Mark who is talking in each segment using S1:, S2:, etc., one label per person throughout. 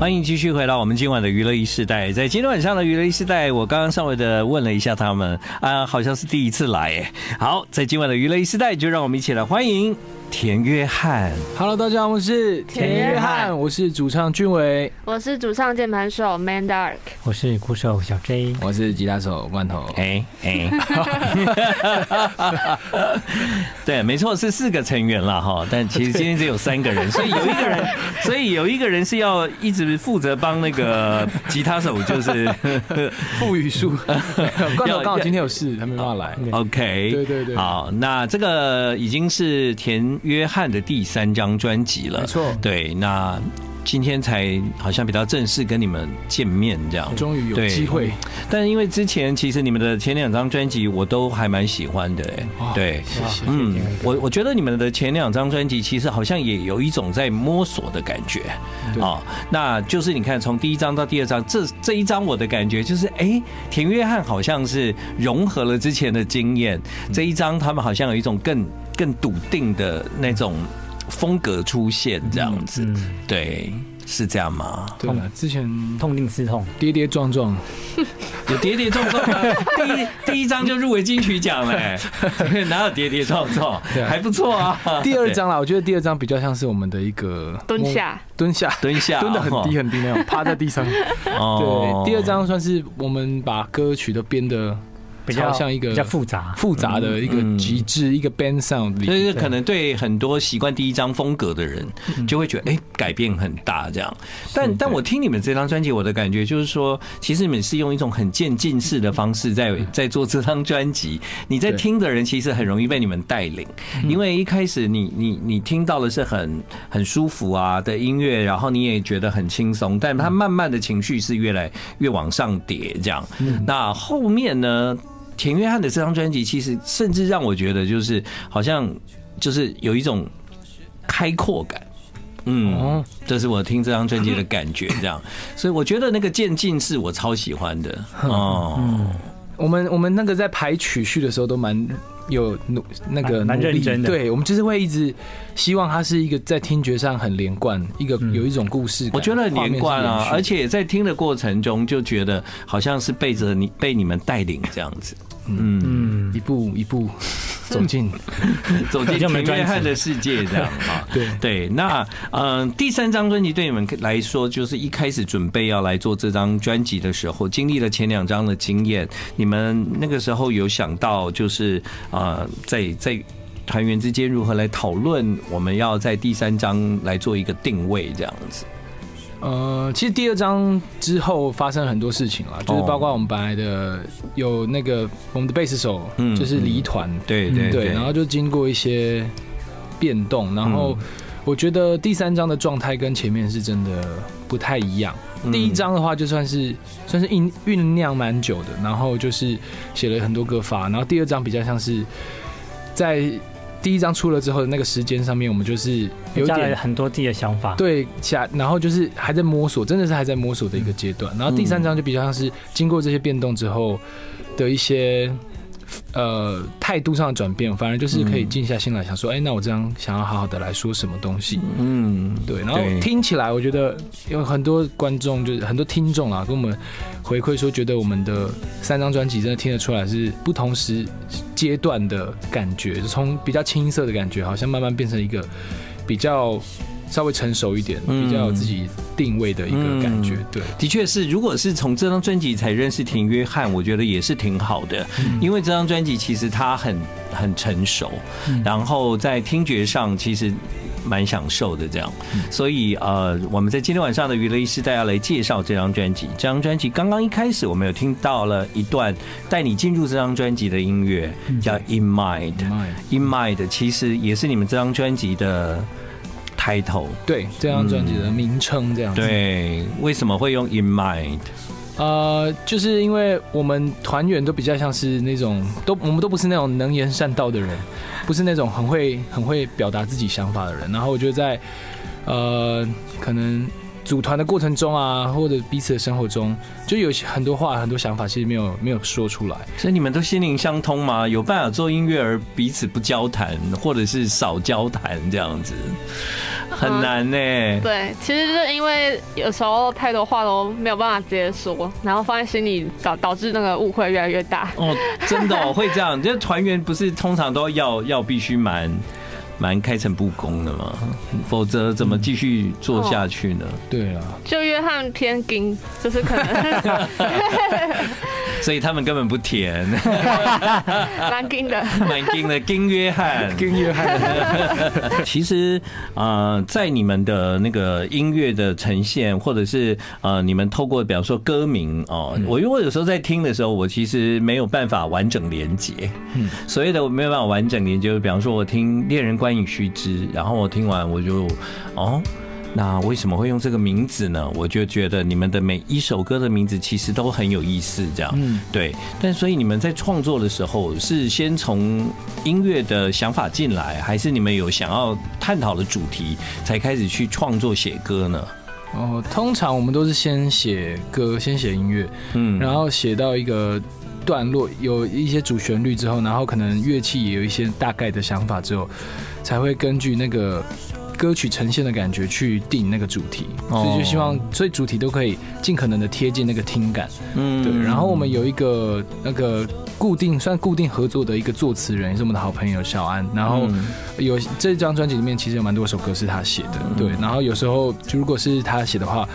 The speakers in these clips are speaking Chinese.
S1: 欢迎继续回到我们今晚的娱乐一世代。在今天晚上的娱乐一世代，我刚刚稍微的问了一下他们，啊、好像是第一次来耶。好，在今晚的娱乐一世代，就让我们一起来欢迎田约翰。
S2: Hello，大家好，我是
S3: 田约翰
S2: 我是主唱俊伟，
S3: 我是主唱键盘手 Man Dark，
S4: 我是鼓手小 J，
S2: 我是吉他手罐头。
S1: 哎哎， 对，没错，是四个成员了哈，但其实今天只有三个人，所以有一个人，所以有一个人是要一直负责帮那个吉他手，就是
S2: 傅语树，罐头刚好今天有事，他没办法啊来。
S1: 啊 OK，
S2: 对对对
S1: 好，那这个已经是田约翰的第三张专辑了，
S2: 没错
S1: 对，那今天才好像比较正式跟你们见面这样，
S2: 终于有
S1: 对
S2: 机会，
S1: 但因为之前其实你们的前两张专辑我都还蛮喜欢的、哎
S2: 哇
S1: 对。
S2: 谢谢。
S1: 嗯，我我觉得你们的前两张专辑其实好像也有一种在摸索的感觉，
S2: 对
S1: 哦，那就是你看从第一张到第二张，这这一张我的感觉就是，哎，田约翰好像是融合了之前的经验，
S2: 嗯
S1: 这一张他们好像有一种更更笃定的那种风格出现，这样子，
S4: 嗯，
S1: 对，是这样吗？
S2: 对了，之前
S4: 痛定思痛，
S2: 跌跌撞撞，
S1: 有跌跌撞撞的， 第一第一张就入围金曲奖了， 哎哪有跌跌撞撞，
S2: 对啊
S1: 还不错啊。
S2: 第二
S1: 对
S2: 张啦，我觉得第二张比较像是我们的一个
S3: 蹲下，
S2: 蹲下，
S1: 蹲下，
S2: 蹲的很低很低那种，趴在地上。
S1: 哦
S2: 对，第二张算是我们把歌曲都编的
S4: 比较
S2: 像一个
S4: 比较复杂，
S2: 复杂的一个
S1: 嗯嗯
S2: 极致，一个 band sound
S1: 所以
S2: 里。
S1: 这可能对很多习惯第一张风格的人，就会觉得哎、诶改变很大这样。但但我听你们这张专辑，我的感觉就是说，其实你们是用一种很渐进式的方式在在做这张专辑。你在
S2: 对
S1: 听的人其实很容易被你们带领，因为一开始你你你听到的是很很舒服啊的音乐，然后你也觉得很轻松，但它慢慢的情绪是越来越往上叠这样。那后面呢？田约翰的这张专辑，其实甚至让我觉得，就是好像就是有一种开阔感。嗯
S2: 哦，
S1: 这是我听这张专辑的感觉，这样，所以我觉得那个渐进是我超喜欢的哦。
S2: 我们我们那个在排曲序的时候都蛮有努那个
S4: 蛮蛮
S2: 努力
S4: 认真的
S2: 对我们就是会一直希望它是一个在听觉上很连贯，一
S4: 嗯
S2: 个有一种故事感，
S1: 我觉得很
S2: 画面
S1: 连
S2: 是
S1: 贯
S2: 延
S1: 啊，
S2: 续
S1: 而且在听的过程中就觉得好像是背着你被你们带领这样子，嗯，
S4: 嗯，
S2: 一步一步走近，
S1: 走进
S4: 好
S1: 田
S4: 像没专
S1: 约
S4: 辑
S1: 翰的世界这样啊。
S2: 对
S1: 对，那嗯、呃第三张专辑对你们来说，就是一开始准备要来做这张专辑的时候，经历了前两张的经验，你们那个时候有想到就是呃，在在团员之间如何来讨论，我们要在第三张来做一个定位这样子。
S2: 呃，其实第二章之后发生了很多事情
S1: 哦
S2: 啦，就是包括我们本来的有那个我们的贝斯手
S1: 嗯
S2: 就是离团，
S1: 对对
S2: 嗯对，然后就经过一些变动，然后
S1: 嗯
S2: 我觉得第三章的状态跟前面是真的不太一样。
S1: 嗯
S2: 第一章的话就算是算是酝酝酿蛮久的，然后就是写了很多歌法，然后第二章比较像是在第一章出了之后的那个时间上面，我们就是有
S4: 加
S2: 点
S4: 了很多自己的想法，，
S2: 对，下然后就是还在摸索，真的是还在摸索的一个阶段。然后第三章就比较像是经过这些变动之后的一些呃态度上的转变，反而就是可以静下心来想说，哎、那我这样想要好好的来说什么东西。
S1: 嗯，
S2: 对，然后
S1: 对
S2: 听起来，我觉得有很多观众，就是很多听众啊，跟我们回馈说，觉得我们的三张专辑真的听得出来是不同时阶段的感觉，就从比较青涩的感觉，好像慢慢变成一个比较稍微成熟一点、
S1: 嗯
S2: 比较有自己定位的一个感觉。
S1: 嗯
S2: 对，
S1: 的确是，如果是从这张专辑才认识田约翰，我觉得也是挺好的，因为这张专辑其实他很很成熟，然后在听觉上其实蛮享受的这样，所以呃，我们在今天晚上的娱乐一时代要来介绍这张专辑。这张专辑刚刚一开始我们有听到了一段带你进入这张专辑的音乐，叫《In Mind》，《In Mind》其实也是你们这张专辑的 title。
S2: 对，这张专辑的名称这样子。
S1: 对，为什么会用 In Mind？
S2: 呃，就是因为我们团员都比较像是那种，都我们都不是那种能言善道的人，不是那种很会很会表达自己想法的人。然后我觉得在呃，可能组团的过程中啊，或者彼此的生活中，就有很多话、很多想法，其实没有没有说出来。
S1: 所以你们都心灵相通吗？有办法做音乐而彼此不交谈，或者是少交谈这样子？很难呢、
S3: 对，其实就是因为有时候太多话都没有办法直接说，然后放在心里导导致那个误会越来越大。
S1: 哦，真的、哦、会这样，就是团员不是通常都要要必须蛮蛮开诚布公的嘛，否则怎么继续做下去呢？
S2: 对啊，
S3: 就约翰偏硬，就是可能
S1: 所以他们根本不甜，
S3: 蛮硬的。
S1: 蛮金的金约翰。
S2: 跟约翰
S1: 其实，呃，在你们的那个音乐的呈现，或者是呃，你们透过比方说歌名哦，我因为我有时候在听的时候，我其实没有办法完整连接。嗯
S2: 嗯，
S1: 所谓的我没有办法完整连接，就比方说我听《恋人观影须知》，然后我听完我就哦。那为什么会用这个名字呢？我就觉得你们的每一首歌的名字其实都很有意思，这样。
S2: 嗯
S1: 对，但所以你们在创作的时候是先从音乐的想法进来，还是你们有想要探讨的主题才开始去创作写歌呢？
S2: 哦，通常我们都是先写歌，先写音乐，
S1: 嗯，
S2: 然后写到一个段落，有一些主旋律之后，然后可能乐器也有一些大概的想法之后，才会根据那个歌曲呈现的感觉去定那个主题。
S1: 哦
S2: 所以就希望，所以主题都可以尽可能的贴近那个听感。
S1: 嗯
S2: 对，然后我们有一个那个固定算固定合作的一个作词人，也是我们的好朋友小安。然后
S1: 嗯
S2: 有这张专辑里面其实有蛮多首歌是他写的，
S1: 嗯
S2: 对。然后有时候就如果是他写的话，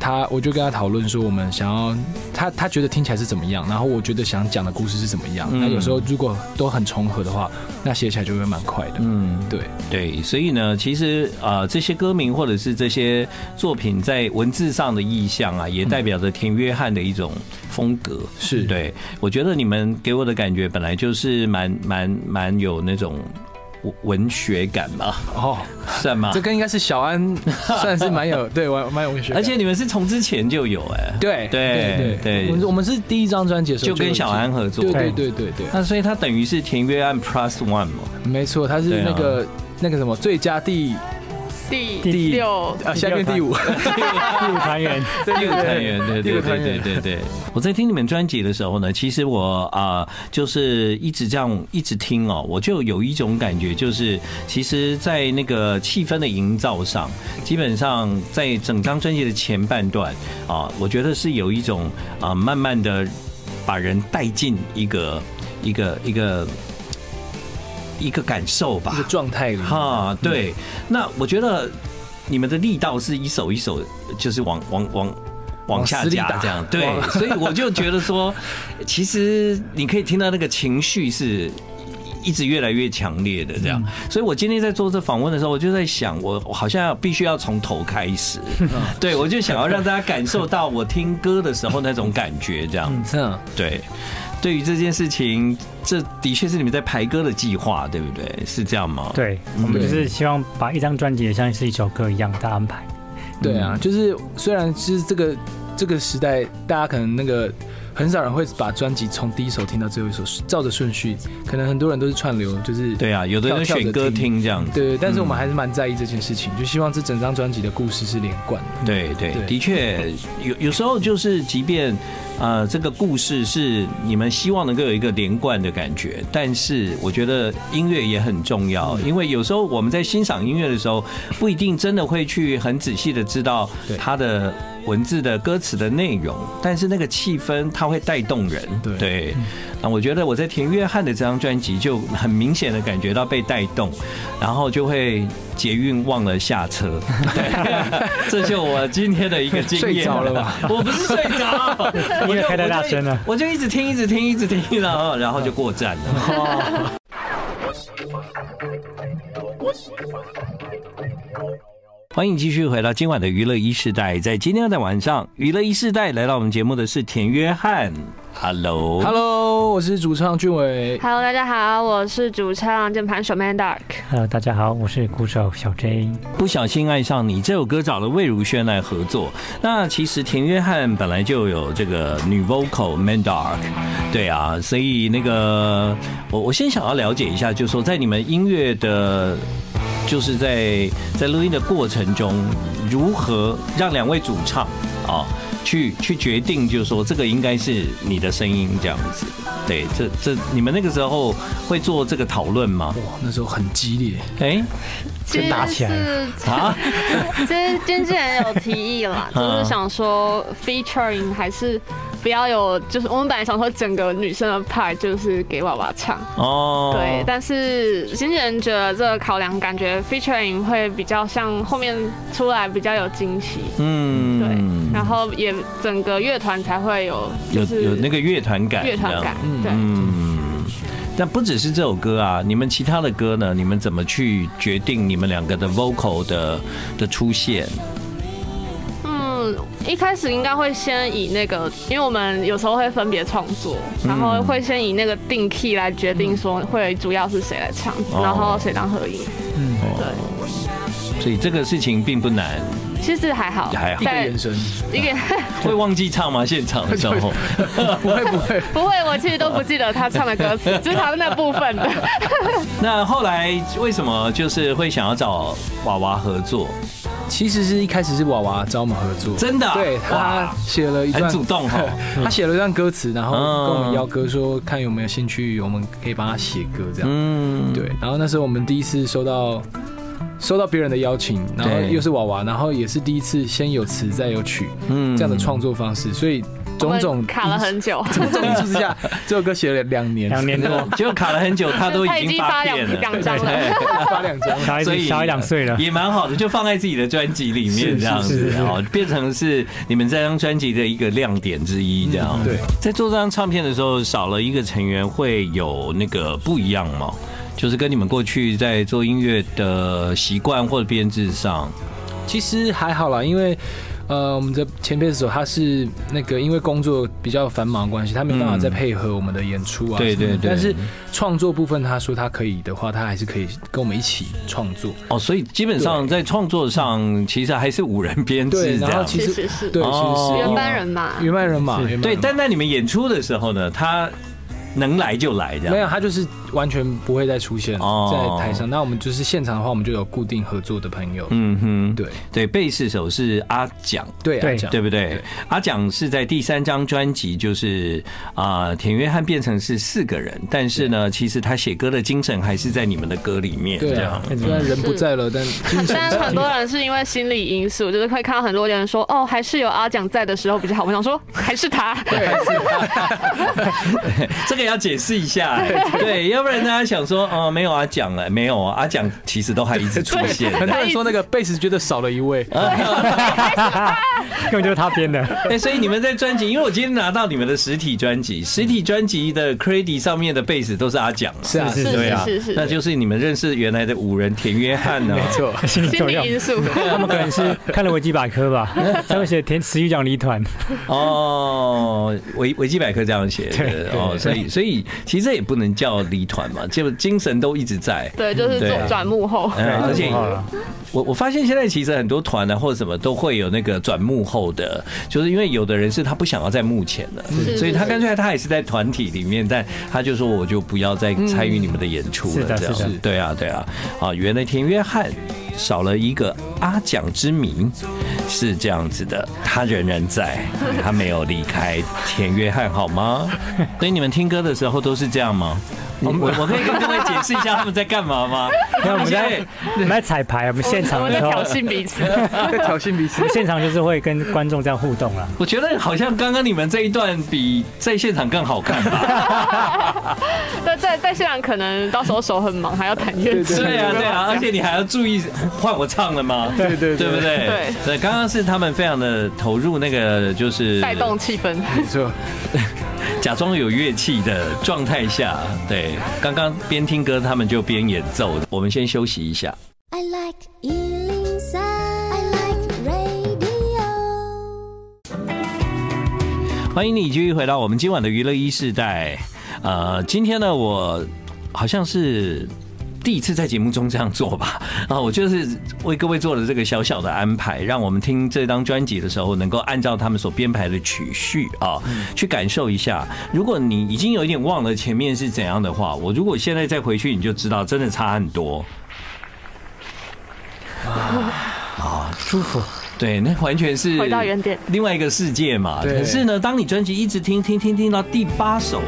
S2: 他我就跟他讨论说我们想要他他觉得听起来是怎么样，然后我觉得想讲的故事是怎么样。
S1: 嗯
S2: 那有时候如果都很重合的话，那写起来就会蛮快的。
S1: 嗯，
S2: 对，
S1: 对，所以呢，其实呃，这些歌名或者是这些作品在文字上的意象啊，也代表着田约翰的一种风格。
S2: 是
S1: 对，我觉得你们给我的感觉本来就是蛮蛮蛮有那种文文学感吧，
S2: 哦，
S1: 算吗？
S2: 这个应该是小安算是蛮有对蛮蛮有文学感，
S1: 而且你们是从之前就有哎、
S2: 对
S1: 对对
S2: 我们我们是第一张专辑的时候
S1: 就跟
S2: 有
S1: 小安合作。
S2: 对对
S4: 对
S2: 对对对，
S1: 那所以他等于是田约案 Plus One 嘛，
S2: 没错，他
S1: 对
S2: 是
S1: 啊
S2: 那个、那个什么最佳第
S3: 第
S4: 第
S3: 六，
S2: 啊，下面第五，
S4: 第五团员，
S2: 对
S1: 第
S2: 对
S1: 五团员，对
S2: 第
S1: 对
S2: 五团
S1: 对对
S2: 员，
S1: 对 对。我在听你们专辑的时候呢，其实我啊、就是一直这样一直听哦，我就有一种感觉，就是其实，在那个气氛的营造上，基本上在整张专辑的前半段啊、我觉得是有一种啊、慢慢的把人带进一个一个一个一个感受吧，
S2: 一个状态里，
S1: 哈，对，那我觉得你们的力道是一手一手，就是往往往往
S2: 往
S1: 下
S2: 死里
S1: 加
S2: 打
S1: 这 样，对，
S2: 往
S1: 所以我就觉得说，其实你可以听到那个情绪是。一直越来越强烈的这样，
S2: 嗯
S1: 所以我今天在做这访问的时候，我就在想，我我好像必须要从头开始，
S2: 嗯
S1: 对我就想要让大家感受到我听歌的时候那种感觉，这样。
S2: 嗯，
S1: 对，对于这件事情，这的确是你们在排歌的计划，对不对？是这样吗？
S4: 对我们就是希望把一张专辑也像是一首歌一样的安排。
S2: 对
S1: 嗯
S2: 啊，就是虽然是这个这个时代，大家可能那个。很少人会把专辑从第一首听到最后一首，照着顺序。可能很多人都是串流，就是
S1: 对嗯啊，有的人
S2: 跳
S1: 选歌听这样子。
S2: 对。但是我们还是蛮在意这件事情，就希望这整张专辑的故事是连贯的。
S1: 对对，
S2: 对
S1: 的确有有时候就是，即便呃这个故事是你们希望能够有一个连贯的感觉，但是我觉得音乐也很重要，
S2: 嗯
S1: 因为有时候我们在欣赏音乐的时候，不一定真的会去很仔细的知道
S2: 对
S1: 它的文字的歌词的内容，但是那个气氛它会带动人。
S2: 对嗯
S1: 对，那我觉得我在田约翰的这张专辑就很明显的感觉到被带动，然后就会捷运忘了下 车。对，这就我今天的一个经验。
S2: 睡着了吧？
S1: 我不是睡着，我
S4: 音乐
S1: 就
S4: 开太大声了
S1: 我就，我就一直听，一直听，一直听，然后然后就过站了。
S4: 哦
S1: 欢迎继续回到今晚的娱乐一世代，在今天的晚上，娱乐一世代来到我们节目的是田约翰。Hello，
S2: Hello，我是主唱俊伟。
S3: Hello，大家好，我是主唱键盘手 Man Dark。
S4: Hello，大家好，我是鼓手小 J。
S1: 不小心爱上你这首歌找了魏如萱来合作。那其实田约翰本来就有这个女 vocal Man Dark，对啊，所以那个我我先想要了解一下，就是说在你们音乐的就是在在录音的过程中，如何让两位主唱啊、去去决定，就是说这个应该是你的声音这样子。对，这这你们那个时候会做这个讨论吗？
S2: 哇，那时候很激烈，
S1: 哎、
S3: 其
S4: 就
S3: 实
S4: 打起来
S3: 是
S1: 啊，
S3: 其实经纪人有提议 啦，就是想说 featuring 还是不要有，就是我们本来想说整个女生的 part 就是给娃娃唱，
S1: 哦，
S3: 对，但是经纪人觉得这个考量感觉 featuring 会比较像后面出来比较有惊喜，
S1: 嗯，
S3: 对，然后也整个乐团才会有就
S1: 有
S3: 是
S1: 有那个乐团感，
S3: 乐团感，，对。
S1: 嗯，但不只是这首歌啊，你们其他的歌呢？你们怎么去决定你们两个的 vocal 的的出现？
S3: 嗯，一开始应该会先以那个，因为我们有时候会分别创作，然后会先以那个定 key 来决定说会主要是谁来唱，
S1: 哦
S3: 然后谁当合影。
S1: 所以这个事情并不难，
S3: 其实还好，
S1: 哦还好
S2: 一个
S3: 在
S2: 眼神，
S3: 一个
S1: 会忘记唱吗？现场的时候，
S2: 不会不会，
S3: 不会，我其实都不记得他唱的歌 词，就是他那部分的。
S1: 那后来为什么就是会想要找娃娃合作？
S2: 其实是一开始是娃娃找我们合作，
S1: 真的啊
S2: 对他
S1: 哇
S2: 写了一段
S1: 很主动哦哈，
S2: 他写了一段歌词，然后
S1: 嗯
S2: 跟我们邀歌说看有没有兴趣，我们可以帮他写歌这样。
S1: 嗯，
S2: 对，然后那时候我们第一次收到收到别人的邀请，然后
S1: 对
S2: 又是娃娃，然后也是第一次先有词再有曲
S1: 嗯
S2: 这样的创作方式，所以种
S3: 我
S2: 种
S3: 们卡了很久，
S2: 种种因素之 下，这首歌写了两年，
S4: 两年多，
S1: 就嗯卡了很久，他都
S3: 他
S1: 已
S3: 已
S1: 经
S3: 经
S1: 发
S3: 发
S1: 片了，
S3: 两 两张了
S1: 对
S2: 发两张。
S4: 小 孩
S1: 所
S4: 子
S1: 以
S4: 小孩两 岁了，
S1: 也蛮好的，就放在自己的专辑里面
S2: 是
S1: 这样
S2: 是
S1: 子
S2: 是是
S1: 哦，变成是你们这张专辑的一个亮点之一这样。
S2: 嗯对，
S1: 在做这张唱片的时候，少了一个成员会有那个不一样吗？就是跟你们过去在做音乐的习惯或者编制上，
S2: 其实还好啦，因为呃，我们的前辈手他是那个因为工作比较繁忙的关系，他没有办法再配合我们的演出啊、
S1: 对对
S2: 什么的
S1: 对
S2: 但是创作部分，他说他可以的话，他还是可以跟我们一起创作。
S1: 哦，所以基本上在创作上其实还是五人编
S2: 对，
S1: 制这
S2: 然后
S1: 样。
S2: 其
S3: 是
S2: 实嗯
S3: 是是
S2: 对，其实
S1: 哦
S2: 是
S3: 原班人马。
S2: 原班人马，原班人马
S1: 对，但在你们演出的时候呢，他能来就来这
S2: 没
S1: 样。
S2: 有，他就是完全不会再出现
S1: 哦
S2: 在台上。那我们就是现场的话，我们就有固定合作的朋友。
S1: 嗯哼，
S2: 对
S1: 对，贝斯手是阿蒋，
S2: 对啊
S4: 对
S2: 这样
S1: 对不对？阿蒋是在第三张专辑，就是啊、呃田约翰变成是四个人，但是呢，其实他写歌的精神还是在你们的歌里面，这
S2: 对
S1: 样
S2: 啊，。虽然人不在了，但精神
S3: 但很多人是因为心理因素， 就是会看到很多人说，哦，还是有阿蒋在的时候比较好。我想说，还是 他，
S1: 这个要解释一下，对，要不然大家想说，哦、没有阿蒋了，没有啊阿蒋，其实都还一直出 现。
S2: 很多人说那个贝斯觉得少了一位，
S4: 根本就是他编的。
S1: 哎，所以你们在专辑，因为我今天拿到你们的实体专辑，实体专辑的 credit 上面的贝斯都是阿蒋嘛，
S2: 是啊
S4: 是
S2: 是
S4: 是
S1: 对
S3: 是
S1: 啊
S3: 是是，
S1: 那就是你们认识原来的五人田约翰啊呢、
S2: 没错。
S4: 心里
S3: 心
S4: 有
S3: 理
S4: 用。
S3: 因 素。
S4: 他们可能是看了维基百科吧，上面写填词语奖离团，
S1: 哦，维维基百科这样写
S4: 对对
S1: 的哦，
S4: 对
S1: 所以所以其实这也不能叫离团嘛，就精神都一直在。
S3: 对，就是
S1: 对
S3: 转转幕后。
S1: 嗯，而且
S4: 太不好了
S1: 我我发现现在其实很多团啊或者什么都会有那个转幕后的，就是因为有的人是他不想要在幕前的，
S3: 是
S1: 所以他
S3: 是
S1: 干脆他也是在团体里面，但他就说我就不要再参与你们的演出
S4: 嗯是
S1: 了，
S4: 的
S1: 这样
S4: 是的
S1: 对啊对啊，啊，原来田约翰少了一个阿蒋之名，是这样子的，他仍然在，他没有离开田约翰，好吗？所以你们听歌的时候都是这样吗？我我我可以跟各位解释一下他们在干嘛吗？
S4: 那我们
S1: 现
S4: 在我们在彩排，我们现场
S3: 我
S4: 的
S3: 们在
S4: 时候，
S3: 挑
S4: 我
S3: 衅彼 此。
S2: 在挑衅彼此
S4: 们。现场就是会跟观众这样互动啦。
S1: 我觉得好像刚刚你们这一段比在现场更好看吧？
S3: 但在在现场可能到时候手很忙，还要弹乐器。
S2: 对
S1: 对啊，对啊，而且你还要注意换我唱了吗？
S2: 对对
S1: 对不？对？
S3: 对
S1: 对，刚刚是他们非常的投入那个，就是
S3: 带动气 氛。
S2: 没错，
S1: 假装有乐器的状态下，对，刚刚边听歌他们就边演奏。我们先休息一下。
S5: I like Ealing Sound. I like radio.
S1: 欢迎你继续回到我们今晚的娱乐一世代。呃，今天呢，我好像是第一次在节目中这样做吧。 啊，我就是为各位做了这个小小的安排，让我们听这张专辑的时候，能够按照他们所编排的曲序啊，去感受一下。如果你已经有一点忘了前面是怎样的话，我如果现在再回去，你就知道真的差很多。
S4: 舒服。
S1: 啊对，那完全是
S3: 回到原点，
S1: 另外一个世界嘛。
S2: 对
S1: 可是呢，当你专辑一直听听听听到第八首，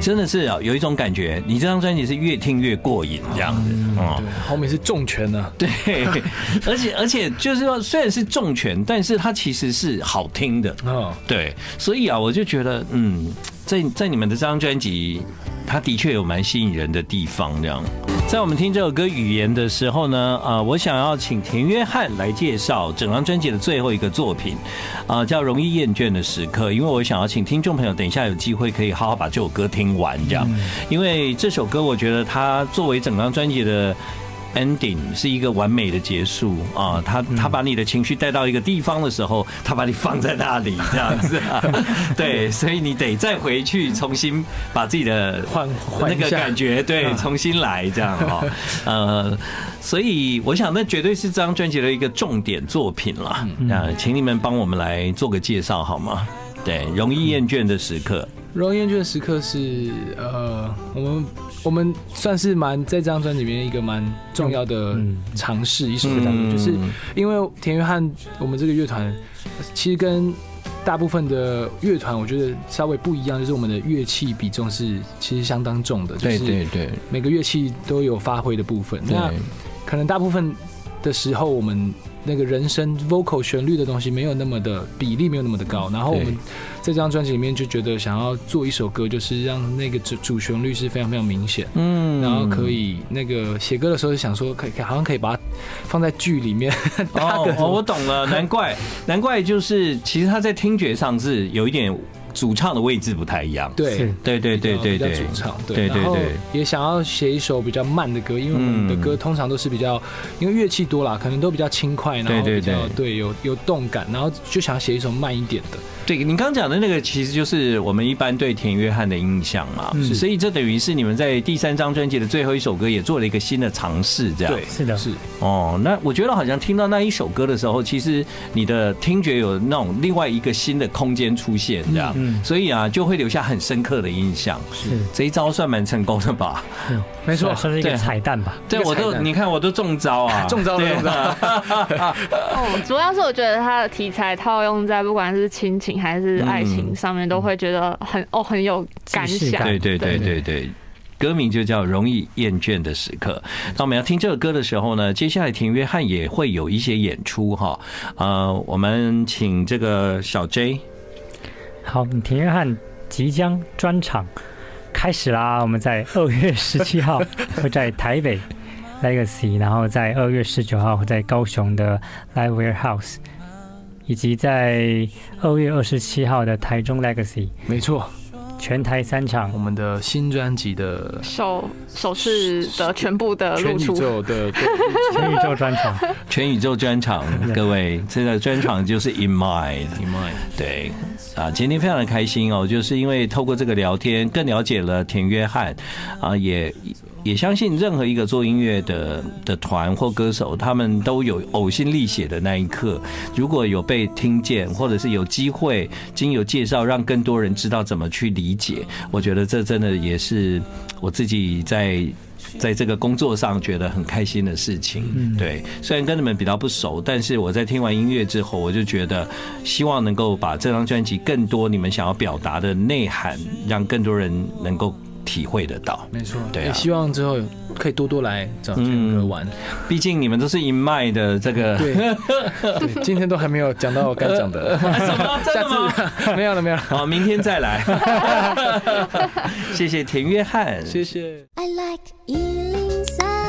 S1: 真的是啊，有一种感觉，你这张专辑是越听越过瘾这样子。嗯，
S2: 对，后面是重拳啊呢、
S1: 对， 而且而且就是说，虽然是重拳，但是它其实是好听的。
S2: 哦，
S1: 对，所以啊，我就觉得，嗯，在在你们的这张专辑，它的确有蛮吸引人的地方。这样，在我们听这首歌《语言》的时候呢，啊，我想要请田约翰来介绍整张专辑的最后一个作品，啊，叫《容易厌倦的时刻》，因为我想要请听众朋友等一下有机会可以好好把这首歌听完，这样，因为这首歌我觉得它作为整张专辑的。ending 是一个完美的结束啊，他他把你的情绪带到一个地方的时候，他把你放在那里这样子、啊，对，所以你得再回去重新把自己的
S2: 换换
S1: 那
S2: 一
S1: 个
S2: 下
S1: 感觉，对，
S2: 嗯
S1: 重新来这样哈、 呃，所以我想那绝对是这张专辑的一个重点作品啦。
S2: 嗯
S1: 那请你们帮我们来做个介绍好吗？对，容易厌倦的时刻，
S2: 容易厌倦的时刻是呃，我们我们算是蛮在这张专辑里面一个蛮重要的尝试，一首歌当中，就是因为田约翰我们这个乐团呃其实跟大部分的乐团我觉得稍微不一样，就是我们的乐器比重是其实相当重的，就是
S1: 对，
S2: 每个乐器都有发挥的部分。那可能大部分的时候，我们那个人声 vocal 旋律的东西没有那么的比例没有那么的高，然后我们
S1: 对
S2: 在这张专辑里面就觉得想要做一首歌，就是让那个主主旋律是非常非常明显，
S1: 嗯
S2: 然后可以那个写歌的时候就想说可以，可以好像可以把它放在剧 里面搭个
S1: 哦，哦我懂了，难怪，难怪就是其实他在听觉上是有一点主唱的位置不太一样。
S2: 对
S4: 是。
S1: 对对对对
S2: 比较
S1: 对，
S2: 主唱，
S1: 对
S2: 对，
S1: 对
S2: 然后
S1: 对嗯
S2: 也想要写一首比较慢的歌，因为我们的歌通常都是比较，因为乐器多啦，可能都比较轻快，然后
S1: 对对
S2: 比较
S1: 对
S2: 对有有动感，然后就想写一首慢一点的，
S1: 对你刚讲的那个，其实就是我们一般对田约翰的印象嘛，
S4: 嗯
S1: 所以这等于是你们在第三张专辑的最后一首歌也做了一个新的尝试，这样。
S2: 对，
S4: 是的
S2: 是
S1: 哦，那我觉得好像听到那一首歌的时候，其实你的听觉有那种另外一个新的空间出现，这样，
S4: 嗯嗯
S1: 所以啊，就会留下很深刻的印象。
S4: 是，
S1: 这一招算蛮成功的 吧？
S2: 没错，
S4: 算是一
S1: 对
S4: 个彩蛋吧。
S1: 对，
S2: 一个
S1: 我
S2: 彩
S1: 都
S2: 蛋
S1: 你看，我都中招啊，
S2: 中招了
S1: 对啊
S2: 中招
S3: 嗯，主要是我觉得它的题材套用在不管是亲情还是爱情上面，都会觉得很哦很有嗯感
S4: 即视
S3: 想。
S4: 感
S1: 对对对对对。歌名就叫《容易厌倦的时刻》。那我们要听这个歌的时候呢，接下来田约翰也会有一些演出哈。呃，我们请这个小 J
S4: 好，田约翰即将专场开始啦！我们在二月十七号会在台北 Legacy，然后在二月十九号会在高雄的 Live Warehouse，以及在二月二十七号的台中 Legacy，
S2: 没错，
S4: 全台三场
S2: 我。们的新专辑的
S3: 首首次的全部的
S2: 全
S3: 露
S2: 宇
S3: 出，
S2: 宙的对
S4: 全宇宙专场，
S1: 全宇宙专场，各位，这个专场就是 In Mind。对啊，今天非常的开心哦，就是因为透过这个聊天，更了解了田约翰，啊，也也相信任何一个做音乐的的团或歌手，他们都有呕心沥血的那一刻。如果有被听见，或者是有机会经由介绍，让更多人知道怎么去理解，我觉得这真的也是我自己在。在这个工作上觉得很开心的事
S2: 嗯
S1: 情，对，虽然跟你们比较不熟，但是我在听完音乐之后，我就觉得希望能够把这张专辑更多你们想要表达的内涵，让更多人能够体会得到。
S2: 没错，
S1: 对啊
S2: 也希望之后可以多多来找天哥玩。
S1: 毕竟你们都是一脉的这个，
S2: 对， 对，今天都还没有讲到我该讲的，
S1: 什么真
S2: 下
S1: 的吗？
S2: 次 没有了没有了，
S1: 好，明天再 来。谢谢田约翰，
S2: 谢谢。
S5: I like Ealing Sound.